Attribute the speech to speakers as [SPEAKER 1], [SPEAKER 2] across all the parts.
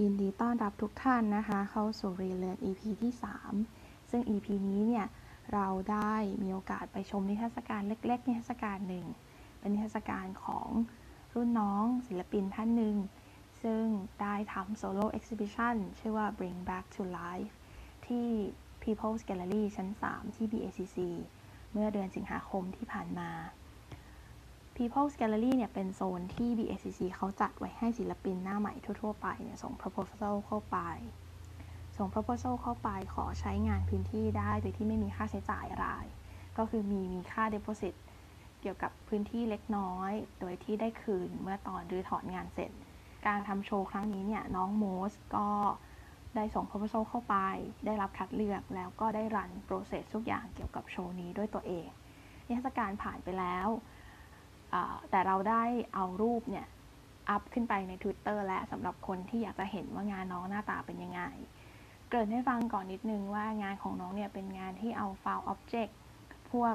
[SPEAKER 1] ยินดีต้อนรับทุกท่านนะคะ เข้าสู่ r e l e a r n EP ที่ 3 ซึ่ง EP นี้เนี่ย เราได้มีโอกาสไปชมนิทรรศการเล็กๆ นิทรรศการหนึ่ง เป็นนิทรรศการของรุ่นน้องศิลปินท่านหนึ่ง ซึ่งได้ทำโซโล่เอ็กซิบิชันชื่อว่า Bring Back to Life ที่ People's Gallery ชั้น 3 ที่ BACC เมื่อเดือนสิงหาคมที่ผ่านมา People's Gallery เนี่ยเป็นโซนที่ BACC เขาจัดไว้ให้ศิลปินหน้าใหม่ทั่ว ๆ ไปเนี่ยส่ง proposal เข้าไป ส่ง proposal เข้าไปขอใช้งานพื้นที่ได้โดยที่ไม่มีค่าใช้จ่ายอะไราย ก็คือมีมีค่า deposit เกี่ยวกับพื้นที่เล็กน้อย โดยที่ได้คืนเมื่อตอนรื้อถอนงานเสร็จ การทำโชว์ครั้งนี้เนี่ยน้องโมสก็ได้ส่ง proposal เข้าไป ได้รับคัดเลือกแล้วก็ได้รันโปรเซสทุกอย่างเกี่ยวกับโชว์นี้ด้วยตัวเองนิทรรศการผ่านไปแล้ว อ่าแต่เราได้เอารูปเนี่ย อัพขึ้นไปใน Twitter และสำหรับคนที่อยากจะเห็นว่างานน้องหน้าตาเป็นยังไง เกริ่นให้ฟังก่อนนิดนึงว่างานของน้องเนี่ยเป็นงานที่เอา File Object พวก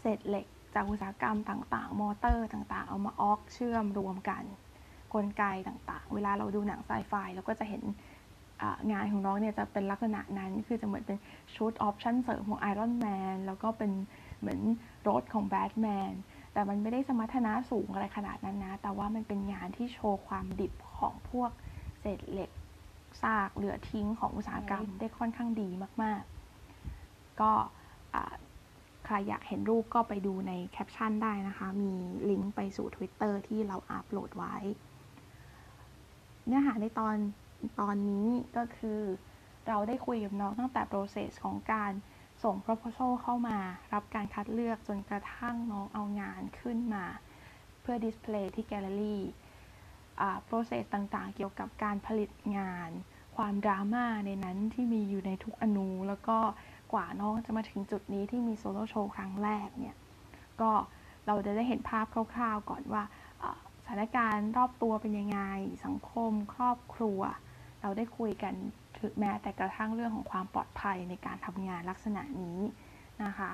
[SPEAKER 1] เศษเหล็กจากอุตสาหกรรมต่างๆ มอเตอร์ต่างๆ เอามาออกเชื่อมรวมกัน กลไกต่างๆ เวลาเราดูหนังไซไฟเราก็จะเห็นอ่างานของน้องเนี่ยจะเป็นลักษณะนั้น คือจะเหมือนเป็นชุดออปชั่นเสริมของ Iron Man แล้วก็เป็นเหมือนรถของ Batman แต่มันไม่ได้สมรรถนะสูงอะไรขนาดนั้นนะ แต่ว่ามันเป็นงานที่โชว์ความดิบของพวกเศษเหล็กซากเหลือทิ้งของอุตสาหกรรมได้ค่อนข้างดีมาก ๆ ก็อ่าใครอยากเห็นรูปก็ไปดูในแคปชั่นได้นะคะ มีลิงก์ไปสู่ Twitter ที่เราอัพโหลดไว้ เนื้อหาในตอนตอนนี้ก็คือเราได้คุยกับน้องตั้งแต่ process ของการ ส่ง proposal เข้ามารับการคัดเลือกจนกระทั่งน้องเอางานขึ้นมา เพื่อ display ที่แกลเลอรี่อ่า process ต่างๆ เกี่ยวกับการผลิตงาน ความดราม่าในนั้นที่มีอยู่ในทุกอนู แล้วก็กว่าน้องจะมาถึงจุดนี้ที่มีโซโล่โชว์ครั้งแรกเนี่ย ก็เราจะได้เห็นภาพคร่าวๆก่อนว่าเอ่อสถานการณ์รอบตัวเป็นยังไง สังคม ครอบครัว เราได้คุยกันถึงแม้แต่กระทั่งเรื่องของความปลอดภัยในการทำงานลักษณะนี้นะคะ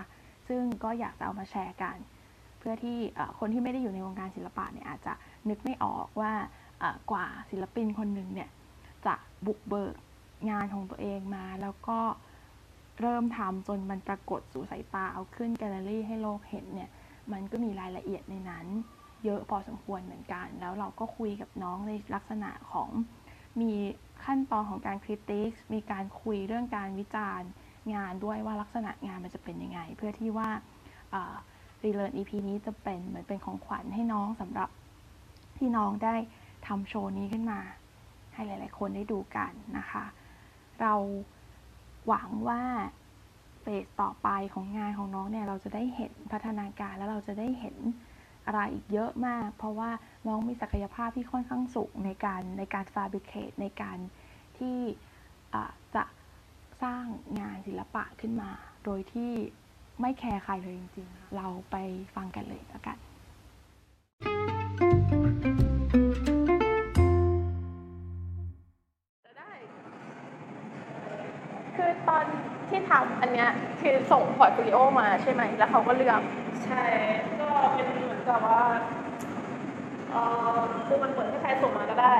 [SPEAKER 1] ซึ่งก็อยากจะเอามาแชร์กัน เพื่อที่เอ่อคนที่ไม่ได้อยู่ในวงการศิลปะเนี่ยอาจจะนึกไม่ออกว่าเอ่อกว่าศิลปินคนหนึ่งเนี่ยจะบุกเบิกงานของตัวเองมา แล้วก็เริ่มทำจนมันปรากฏสู่สายตาเอาขึ้นแกลเลอรี่ให้โลกเห็นเนี่ย มันก็มีรายละเอียดในนั้น เยอะพอสมควรเหมือนกัน แล้วเราก็คุยกับน้องในลักษณะของ มีขั้นตอนของการคริติกมีการคุยเรื่องการวิจารณ์งานด้วยว่าลักษณะงานมันจะเป็นยังไง เพื่อที่ว่ารีเลิร์น EP นี้จะเป็นเหมือนเป็นของขวัญให้น้องสำหรับที่น้องได้ทำโชว์นี้ขึ้นมา ให้หลาย ๆ คนได้ดูกันนะคะ เราหวังว่าเฟสต่อไปของงานของน้องเนี่ย เราจะได้เห็นพัฒนาการแล้วเราจะได้เห็น อะไรอีกเยอะมาก เพราะว่าน้องมีศักยภาพที่ค่อนข้างสูงในการในการฟาบริเคตในการที่อ่าจะสร้างงานศิลปะขึ้นมา โดยที่ไม่แคร์ใครเลยจริงๆ เราไปฟังกันเลยแล้วกัน คือตอนที่ทำอันเนี้ยคือส่งพอร์ตฟิลิโอมาใช่ไหม แล้วเขาก็เลือก
[SPEAKER 2] ใช่ ก็เป็นเหมือนกับว่าเออคือมันเปิดให้ใครส่งมาก็ได้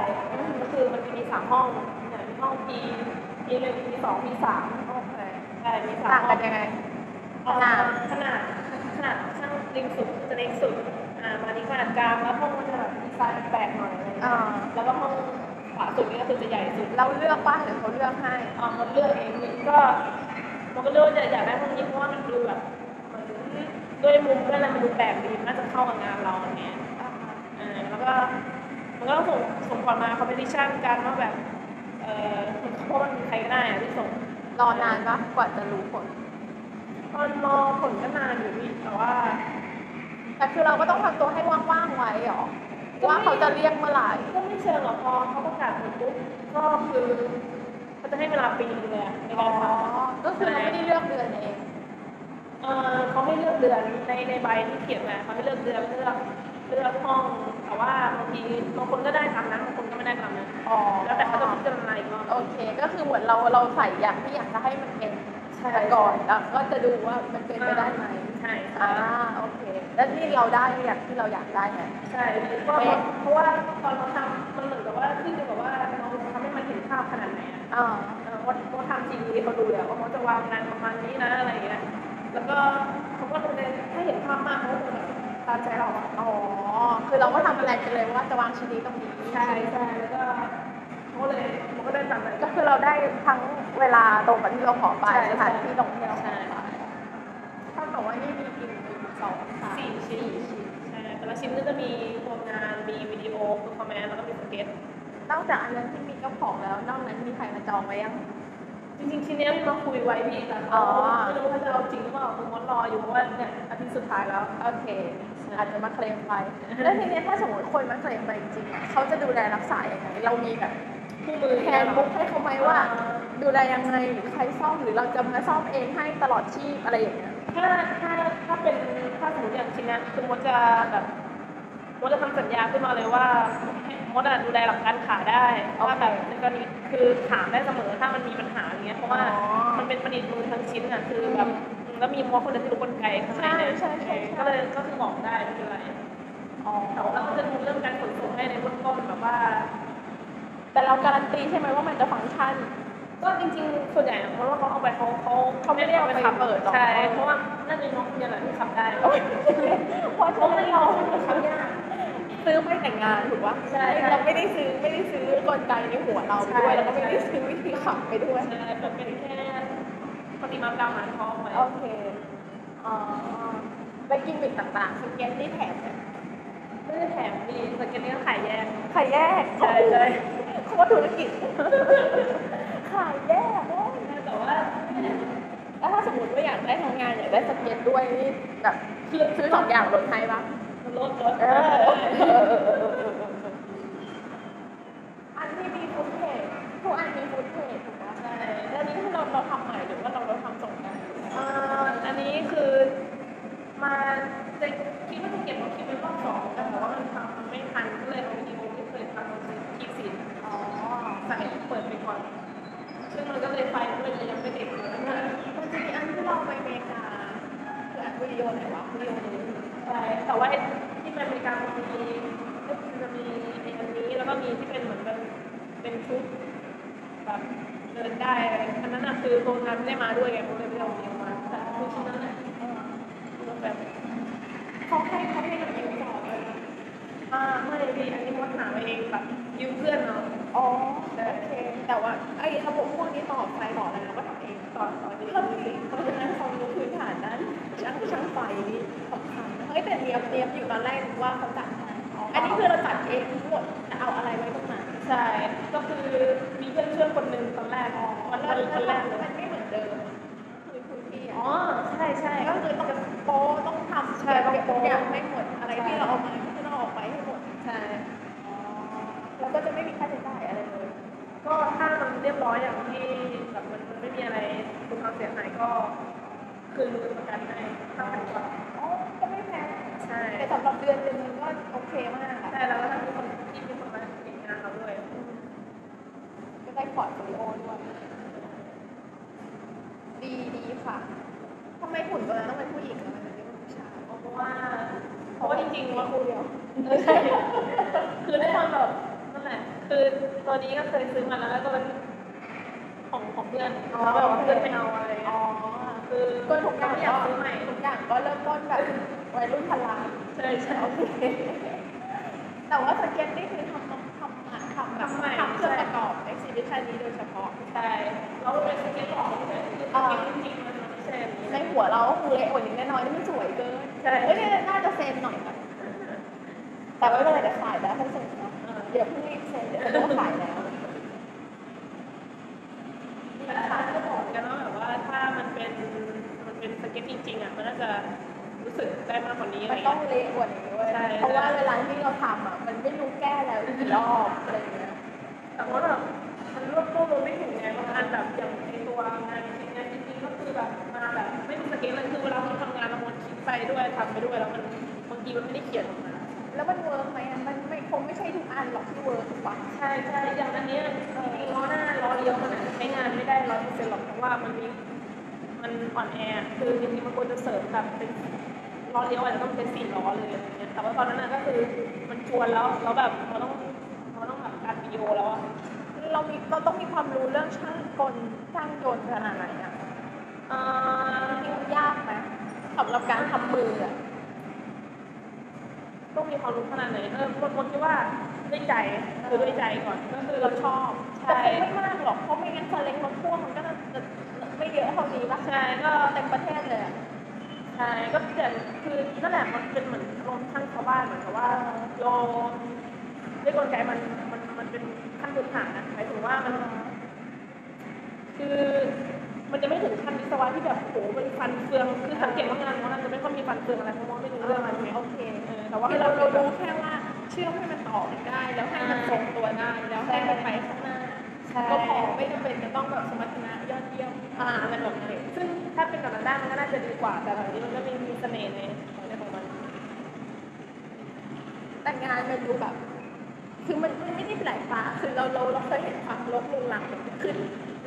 [SPEAKER 2] ก็คือมันจะมีสามห้องอย่างห้อง P P หนึ่ง P สอง P สามห้องใช่ มีสาม
[SPEAKER 1] ต่าง
[SPEAKER 2] ห้
[SPEAKER 1] กั
[SPEAKER 2] อน ง
[SPEAKER 1] ยังไง
[SPEAKER 2] เอ่อ
[SPEAKER 1] ขนาด
[SPEAKER 2] ขนาด ขนาดช่างริมสุดจะเล็กสุด อ่ามานี้ขนาดกลางแล้วห้องมันจะแบบดีไซน์แปลกหน่อยอะไรอย่างเงี้ย
[SPEAKER 1] อ่า
[SPEAKER 2] แล้วก็ห้องขวาสุดนี่ก็คือจะใหญ่สุด
[SPEAKER 1] เราเลือกป้าหรือเขาเลือกให้
[SPEAKER 2] เอ่อมันเลือกเองมันก็มันก็เลือกว่าจะอยากได้พวกนี้เพราะว่ามันดูแบบมันด้วยมุมด้วยอะไรมันดูแปลกดีมันน่าจะเข้ากับงานเราอย่างเงี้ยเออแล้วก็มันก็ส่งส่งก่อนมาคอมเพติชันกันว่าแบบเออมันเพราะมันมีใครก็ได้อะที่ส่ง
[SPEAKER 1] รอนานปะกว่าจะรู้ผล
[SPEAKER 2] ตอนรอผลก็นานอยู่นี่แต่ว่า
[SPEAKER 1] แต่คือเราก็ต้องทำตัวให้ว่างๆไว้หรอ ว่าเขาจะเรียกเมื่อไหร่
[SPEAKER 2] ก็ไม่เชิงหรอกพอเขาประกาศผลปุ๊บก็คือเขาจะให้เวลาปีนึงเลยอะใน
[SPEAKER 1] อ๋
[SPEAKER 2] กา
[SPEAKER 1] อ
[SPEAKER 2] รทำ
[SPEAKER 1] ก็คือเราไม่ได้เลือกเดือนเอง
[SPEAKER 2] เอ่อเขาไม่เลือกเดือนในในใบที่เขียนมาเขาไม่เลือกเดือนเลือกเลือกห้องแต่ว่าบางทีบางคนก็ได้ตามนั้นบางคนก็ไม่ได้ตามนั้น
[SPEAKER 1] อ๋อ
[SPEAKER 2] แล้วแต่เขาจะพิจารณาอีกรอบ
[SPEAKER 1] โอเค ก็คือเหมือนเราเราใส่อย่างที่อยากจะให้มันเป็น
[SPEAKER 2] ใช่
[SPEAKER 1] ก่อน แล้วก็จะดูว่ามันเป็นไปได้ไหม
[SPEAKER 2] ใช่
[SPEAKER 1] อ่า โอเค แล้วนี่เราได้อย่างที่เราอยากได้ไหม
[SPEAKER 2] ใช่เพราะว่าเพราะว่าตอนเราทำมันเหมือนกับว่าขึ้นอยู่กับว่าเราทำให้มัน
[SPEAKER 1] อ๋อ
[SPEAKER 2] เออมดมดทำซีดีเขาดูแล้วว่ามดจะวางงานประมาณนี้นะอะไรอย่างเงี้ย แล้วก็เขาก็คงจะถ้าเห็นภาพมากเขาก็คงแบบตามใจเราอะ
[SPEAKER 3] อ๋อ คือเราก็ทำอะไรไปเลยว่าจะวางชิ้นนี้ตรงนี้
[SPEAKER 2] ใช่ใช่แล้วก็เขาก็เลยมันก็ได้ตามนั้นก็
[SPEAKER 3] ก็คือเราได้ทั้งเวลาตรงกับที่เราขอไป
[SPEAKER 2] ใช่
[SPEAKER 3] สถานที่ตรงที่เราข
[SPEAKER 2] ใช่
[SPEAKER 3] อไปถ้าบอกว่านี่มีกินหนึ่งสองสาม
[SPEAKER 2] สี่ชิ้นใช่แต่ละชิ้นก็จะมีรวมงานมีวิดีโอเปอร์ฟอร์แมนแล้วก็มีสเก็ต
[SPEAKER 3] นอกจากอันนั้นที่มีเจ้าของแล้ว นอกนั้นมีใครมาจองไว้ยัง
[SPEAKER 2] จริงๆชิ้นเนี้ยเราคุยไว้พี่แต่
[SPEAKER 3] อ๋
[SPEAKER 2] เขา
[SPEAKER 3] อ
[SPEAKER 2] ไม่รู้ว่าจะเอาจริงหรือเปล่าคือมดรออยู่เพราะว่าเนี่ยอาทิตย์สุดท้ายแล้ว
[SPEAKER 3] โอเค อาจจะมาเคลมไปแล้วทีเนี้ยถ้าสมมติคนมาเคลมไปจริงๆอะเขาจะดูแลรักษาอย่างไรเรามีแบบ
[SPEAKER 2] คู่มือ
[SPEAKER 3] แฮนด์บุ๊กให้เขาไหมว่า ดูแลยังไงหรือใครซ่อมหรือเราจะมาซ่อมเองให้ตลอดชีพอะไรอย่างเงี้ย
[SPEAKER 2] ถ้าถ้าถ้าเป็นถ้าสมมติอย่างชิ้นเนี้ยคือมดจะแบบมดจะทำสัญญาขึ้นมาเลยว่ามดอะดูแลหลังการขายได้ว่าแบบในกรณีคือถามได้เสมอถ้ามันมีปัญหาอย่างเงี้ยเพราะว่า
[SPEAKER 3] อ๋อ
[SPEAKER 2] มันเป็นประดิษฐ์มือทั้งชิ้นอ่ะคือแบบแล้วมีมดคนเดียวที่รู้กลไกข้างในเนี่ย
[SPEAKER 3] ใช่ใช่ใช่
[SPEAKER 2] ก็เลยก็คือบอกได้ไม่เป็นไร
[SPEAKER 3] อ๋อ
[SPEAKER 2] แต่ว่าเราก็จะดูเรื่องการขนส่งให้ในเบื้องต้นแบบว่า
[SPEAKER 3] แต่เราการันตีใช่ไหมว่ามันจะฟังก์ชัน
[SPEAKER 2] ก็จริงๆ ส่วนใหญ่เพราะว่าเขาเอาไปเขาเขาเขาไม่ได้เอาไปขับ
[SPEAKER 3] เปิดหรอก
[SPEAKER 2] ใช่เพราะว่าน่าจะน้องคนเดียวแหละที่ขับได้
[SPEAKER 3] เพราะฉะนั้นเรา
[SPEAKER 2] ขับยาก
[SPEAKER 3] ซื้อไม่แต่งงานถูกปะ
[SPEAKER 2] ใช่ใช่
[SPEAKER 3] เราไม่ได้ซื้อไม่ได้ซื้อกลไกในหัวเราไปด้ว
[SPEAKER 2] ใช่
[SPEAKER 3] ยแล้วก็ไม่ได้ซื้อวิธีขับไปด้วย
[SPEAKER 2] ใช่แต่เป็นแค่ปฏิมากรรมหานทองไว้
[SPEAKER 3] โอเคอ๋อแล้วกิมมิคต่างๆสเก็ตนี่แถมไหม
[SPEAKER 2] ไม่ได้แถมดีสเก็ตเนี้ยขายแยก
[SPEAKER 3] ขายแยก
[SPEAKER 2] ใช่ใช่
[SPEAKER 3] โคตรธุรกิจขายแยกโอ้ย
[SPEAKER 2] แต่ว่า
[SPEAKER 3] แล้วถ้าสมมติว่าอยากได้ทำงานอยากได้สเก็ตด้วยนี่แบบ
[SPEAKER 2] คือ
[SPEAKER 3] ซื้อสองอย่างลดให้ปะ
[SPEAKER 2] รถรถ
[SPEAKER 3] เอออันที่มีฟุตเทจทุกอันมีฟุตเทจถูกไหม
[SPEAKER 2] ใช่
[SPEAKER 3] แล้วนี่คือเราเราทำใหม่หรือว่าเราเราทำส่งกัน
[SPEAKER 2] เอ่ออันนี้คือมาจะคิดว่าจะเก็บมาคิดเป็นรอบสองแต่ว่ามันทำมันไม่ทันก็เลยเอาวิดีโอที่เคยทำมาคือทีสิน
[SPEAKER 3] อ๋อ
[SPEAKER 2] ใส่เปิดไปก่อน ซึ่งมันก็เลยไฟมันก็เลยยังไม่ติดเลยนะ
[SPEAKER 3] มันจะมีอันที่เราไปอเมริกาคืออันวิดีโอไหนวะวิดีโอนี้
[SPEAKER 2] ใช่แต่ว่าไอ้ที่ไปอเมริกามันมีมันจะมีไอ้อันนี้แล้วก็มีที่เป็นเหมือนเป็นเป็นชุดแบบเดินได้อะไรอันนั้นน่ะคือโรงงานไม่ได้มาด้วยไงผมเลยไม่ได้เอาเดียวมาแต่คือชิ้นนั้นน่ะมันแบบ
[SPEAKER 3] เขาให้เขาให้เรายืมต่อเลย
[SPEAKER 2] อ่าไม่ดีอันนี้มดหามาเองแบบยืมเพื่อนเอา
[SPEAKER 3] อ๋อโอเค แต่ว่าไอ้ระบบพวกนี้ต่อไฟต่ออะไรเราก็ทำเอง
[SPEAKER 2] ตอนตอนนี้
[SPEAKER 3] เราจริงเพราะฉะนั้นความรู้พื้นฐานนั้นช่างช่างไฟนี่สำคัญนะเฮ้ยแต่เนียมเนียมอยู่ตอนแรกนึกว่าเขาจัดให้ อันนี้คือเราจัดเองทั้งหมดจะเอาอะไรไว้ตรงไหน
[SPEAKER 2] ใช่ ก็คือมีเพื่อนช่วยคนหนึ่งตอนแรกวันแรกวันแรกเลย
[SPEAKER 3] มันไม่เหมือนเดิมคือคุณพี่
[SPEAKER 2] อ๋อใช่ใช่
[SPEAKER 3] ก็คือต้องโปะต้องทำ
[SPEAKER 2] ใช่ต้องโป๊ะ
[SPEAKER 3] อย่างไม่หมดอะไรที่เราเอามาก็จะต้องเอาไปให้หมด
[SPEAKER 2] ใช่
[SPEAKER 3] แล้วก็จะไม่มีค่าใช้จ่ายอะไรเลย
[SPEAKER 2] ก็ถ้ามันเรียบร้อยอย่างที่แบบมันมันไม่มีอะไรคุณความเสียหายก็คืนเงินประกันให้ห้าพันกว่า
[SPEAKER 3] อ๋อก็ไม่แพง
[SPEAKER 2] ใช่
[SPEAKER 3] แต่สำหรับเดือนหนึงก็โอเคมากอะ
[SPEAKER 2] ใช่แล้วก็ถ้ามีคนที่เป็นคนมาเห็นงานเราด้วย
[SPEAKER 3] ก็ได้พอร์ตโฟลิโอด้วยดีดีค่ะทำไมหุ่นตัวนั้นต้องเป็นผู้หญิงอะมันเป็นผู้ชาย
[SPEAKER 2] เพราะว่าเพราะว่าจริงๆว่า
[SPEAKER 3] ครูเดียว
[SPEAKER 2] เออใช่คือด้วยความแบบนั่นแหละ คือตัวนี้ก็เคยซื้อมาแล้วแล้วก็เป็นของของเพื่อน
[SPEAKER 3] อ๋อ
[SPEAKER 2] แล้วแบบว่าเพื่อนไม่เอาอะไร
[SPEAKER 3] อ๋อ
[SPEAKER 2] คือ
[SPEAKER 3] ก็ทุกอย่าง
[SPEAKER 2] อยากซื้อใหม่
[SPEAKER 3] ทุกอย่างก็เริ่มต้นแบบวัยรุ่นพนลาน
[SPEAKER 2] ใช่ใช่
[SPEAKER 3] โอเค แต่ว่าสเก็ตนี่คือทำทำทำทำแบบ
[SPEAKER 2] ทำใหม่
[SPEAKER 3] ทำเครื่องประกอบ e อ h กซิบิชันนี้โดยเฉพาะ
[SPEAKER 2] ใช่แล้วมันเป็นสเก็ตหลอกใช่คือสเก็ตจริงๆมันไม่ใช่อันนี้
[SPEAKER 3] ในหัวเราก็คงเละกว่านี้แน่นอนนี่มันสวยเกิน
[SPEAKER 2] ใช่
[SPEAKER 3] เฮ้ยเนี่ยน่าจะเซนหน่อยนะแต่ไม่เป็นไรเดี๋ยวขายแล้วให้เซนนะ
[SPEAKER 2] เออ
[SPEAKER 3] เดี๋ยวพรุ่งนี้เซนเดี๋ยวจะต้องขายแล้ว
[SPEAKER 2] แต่อาจารย์ก็บอกเหมือนกันว่าแบบว่าถ้ามันเป็นมันเป็นสเก็ตจริงๆอ่ะมันน่าจะรู้สึกได้มากกว่านี้อะไร
[SPEAKER 3] มัน
[SPEAKER 2] อย่าง
[SPEAKER 3] ต้อ
[SPEAKER 2] เงี้ย
[SPEAKER 3] งเละกว่านี้เว้ย
[SPEAKER 2] ใช่
[SPEAKER 3] เพราะว่าเวลาที่เราทำอ่ะมันไม่รู้แก้แล้วกี่รอบอะไรอย่างเงี้ย
[SPEAKER 2] แต่ว่าแบบมันรวบรวมรวมไม่ถึงไงบางอันแบบอย่างในตัวงานชิ้นงานจริงๆก็คือแบบมาแบบไม่มีสเกลเลยคือเวลาเราทำงานเราวนคิดไปด้วยทำไปด้วยแล้วมันบางทีมันไม่ได้เขียนออกมา
[SPEAKER 3] แล้วมันเวิร์กไหมอะมันไม่คงไม่ใช่ทุกอันหรอกที่เวิร์กถูกปะ
[SPEAKER 2] ใช่ใช่อย่างอันเนี้ยจริงๆล้อหน้าล้อเลี้ยวมันอะใช้งานไม่ได้ร้อยเปอร์เซ็นต์หรอกเพราะว่ามันมีมันอ่อนแอคือจริงๆมันควรจะเสริมแบบเป็นล้อเลี้ยวอาจจะต้องเป็นสี่ล้อเลยอะไรเงี้ยแต่ว่าตอนนั้นน่ะก็คือมันชวนแล้วแล้วแบบเราต้องเราต้องแบบการวิดีโอแล้วอะ
[SPEAKER 3] เรา มีเราต้องมีความรู้เรื่องช่างกลช่างยนต์ขนาดไหนอ่ะ
[SPEAKER 2] เอ่อ
[SPEAKER 3] จริงๆยากไหมสำหรับการทำมืออ่ะ
[SPEAKER 2] ต้องมีความรู้ขนาดไหนเออคนคนคิดว่าด้วยใจคือด้วยใจก่อนก็คือเราชอบ
[SPEAKER 3] แต่
[SPEAKER 2] ใช่
[SPEAKER 3] คงไม่มากหรอกเพราะไม่งั้นคนเล็กรถพ่วงมันก็จะไม่เยอะเท่านี้ป่ะ
[SPEAKER 2] ใช่ก็
[SPEAKER 3] เต็มประเทศเลยอะ
[SPEAKER 2] ใช่ก็เดี๋ยวคือนั่นแหละมันเป็นเหมือนลมช่างชาวบ้านเหมือนกับว่าโยนด้วยกลไกมันมันมันเป็นขั้นพื้นฐานนะหมายถึงว่ามัน คือมันจะไม่ถึงขั้นวิศวะที่แบบโหเป็นฟันเฟืองคือสังเกตว่างานของเราจะไม่ค่อยมีฟันเฟืองอะไรเพราะว่าไม่รู้เรื่องอะไรเลย
[SPEAKER 3] โอเค
[SPEAKER 2] เออแต่ว่า
[SPEAKER 3] คือ
[SPEAKER 2] เรา
[SPEAKER 3] เรา
[SPEAKER 2] เรา
[SPEAKER 3] เรา
[SPEAKER 2] รู้
[SPEAKER 3] รู้แค่ว่าเชื่อมให้มันต่อกันได้ แล้วให้มันทรงตัวได้ แล้วให้มันไปข้างหน้า
[SPEAKER 2] ใช่
[SPEAKER 3] ก็พอไม่จำเป็นจะต้องแบบสมรรถนะยอดเยี่ยม
[SPEAKER 2] อ่ามันแบบไหนซึ่งถ้าเป็นแบบนั้นได้มันก็น่าจะดีกว่า แต่แบบนี้มันก็มีมีเสน่ห์ในของในของมัน
[SPEAKER 3] แต่งานมันดูแบบ คือมันมันไม่ได้ไหลฟ้าคือเราเราเราเคยเห็นความลบลุงลังแบบนี้ขึ้น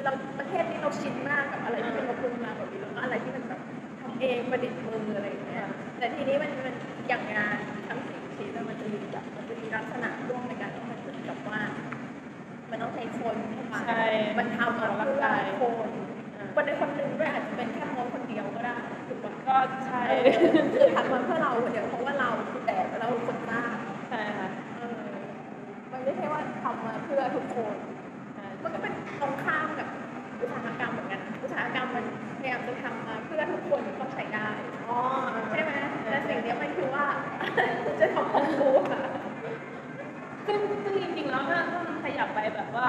[SPEAKER 3] เราประเทศนี้เราชินมากกับอะไรที่มันลบลุงลังแบบนี้แล้วก็อะไรที่มันแบบทำเองประดิษฐ์มืออะไรอย่างเงี้ยแต่ทีนี้มันมันอย่างงานทั้งสี่ชิ้นน่ะมันจะมีแบบมันจะมีลักษณะร่วมในการที่มันเหมือนกับว่า มันต้องใช้คนเข้ามา
[SPEAKER 2] ใช่
[SPEAKER 3] มันทำมาเพื่อคนคนในคนหนึ่งด้วยอาจจะเป็นแค่โมคนเดียวก็ได้ถูกปะ
[SPEAKER 2] ก็ใช่
[SPEAKER 3] เออคือทำมาเพื่อเราคนเดียวเพราะว่าเราคือแต่เราคนหน้า
[SPEAKER 2] ใช่ค่ะ
[SPEAKER 3] เออมันไม่ใช่ว่าทำมาเพื่อทุกคน
[SPEAKER 2] ใช่
[SPEAKER 3] มันก็เป็นตรงข้ามกับอุตสาหกรรมเหมือนกัน อุตสาหกรรมมันพยายามจะทำมาเพื่อทุกคนต้องใช้ได้
[SPEAKER 2] อ๋อ
[SPEAKER 3] ใช่ไหมแต่สิ่งเนี้ยมันคือว่า คุณจะทำของกูอะ
[SPEAKER 2] ซึ่งซึ่งจริงๆแล้วถ้าถ้ามันขยับไปแบบว่า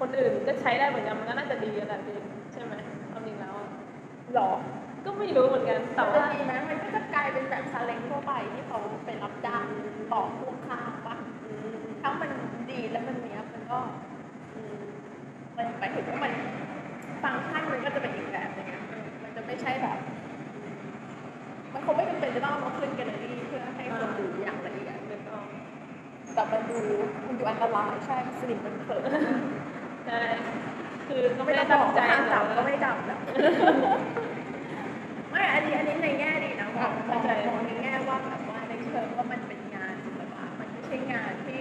[SPEAKER 2] คนอื่นก็ใช้ได้เหมือนกันมันก็น่าจะดีแหละพี่ใช่ไหมความจริงแล้วอะ
[SPEAKER 3] หรอ
[SPEAKER 2] ก็ไม่รู้เหมือนกันแต่
[SPEAKER 3] มัน
[SPEAKER 2] ว่า
[SPEAKER 3] จะดีไหมมันก็จะกลายเป็นแบบซาเล้งทั่วไปที่เขาไปรับจ้างต่อพ่วงข้างปะถ้ามันดีแล้วมันเนี้ยมันก็ มันหมายถึงว่ามันฟังก์ชันมันก็จะเป็นอีกแบบหนึงอะเออมันจะไม่ใช่แบบ มันคงไม่จำเป็นจะต้องเอามาขึ้นแกันเลยเพื่อให้คนดูอย่างละเอียดแต่มันดูมันดูอันตรายใช่สนิมมันเผลอ
[SPEAKER 2] ใช่คือก็ไม่
[SPEAKER 3] ไม่
[SPEAKER 2] ได้
[SPEAKER 3] ต้องบ
[SPEAKER 2] ตั้
[SPEAKER 3] อง ก
[SPEAKER 2] ใจ
[SPEAKER 3] ว่าห้ามจับก็
[SPEAKER 2] แต่ว่า
[SPEAKER 3] ไม่จับแล้วไม่อันนี้อันนี้ในแง่ดีนะมองมองมองในแง่ว่าแบบว่าในเชิงว่ามันเป็นงานศิลปะมันไม่ใช่งานที่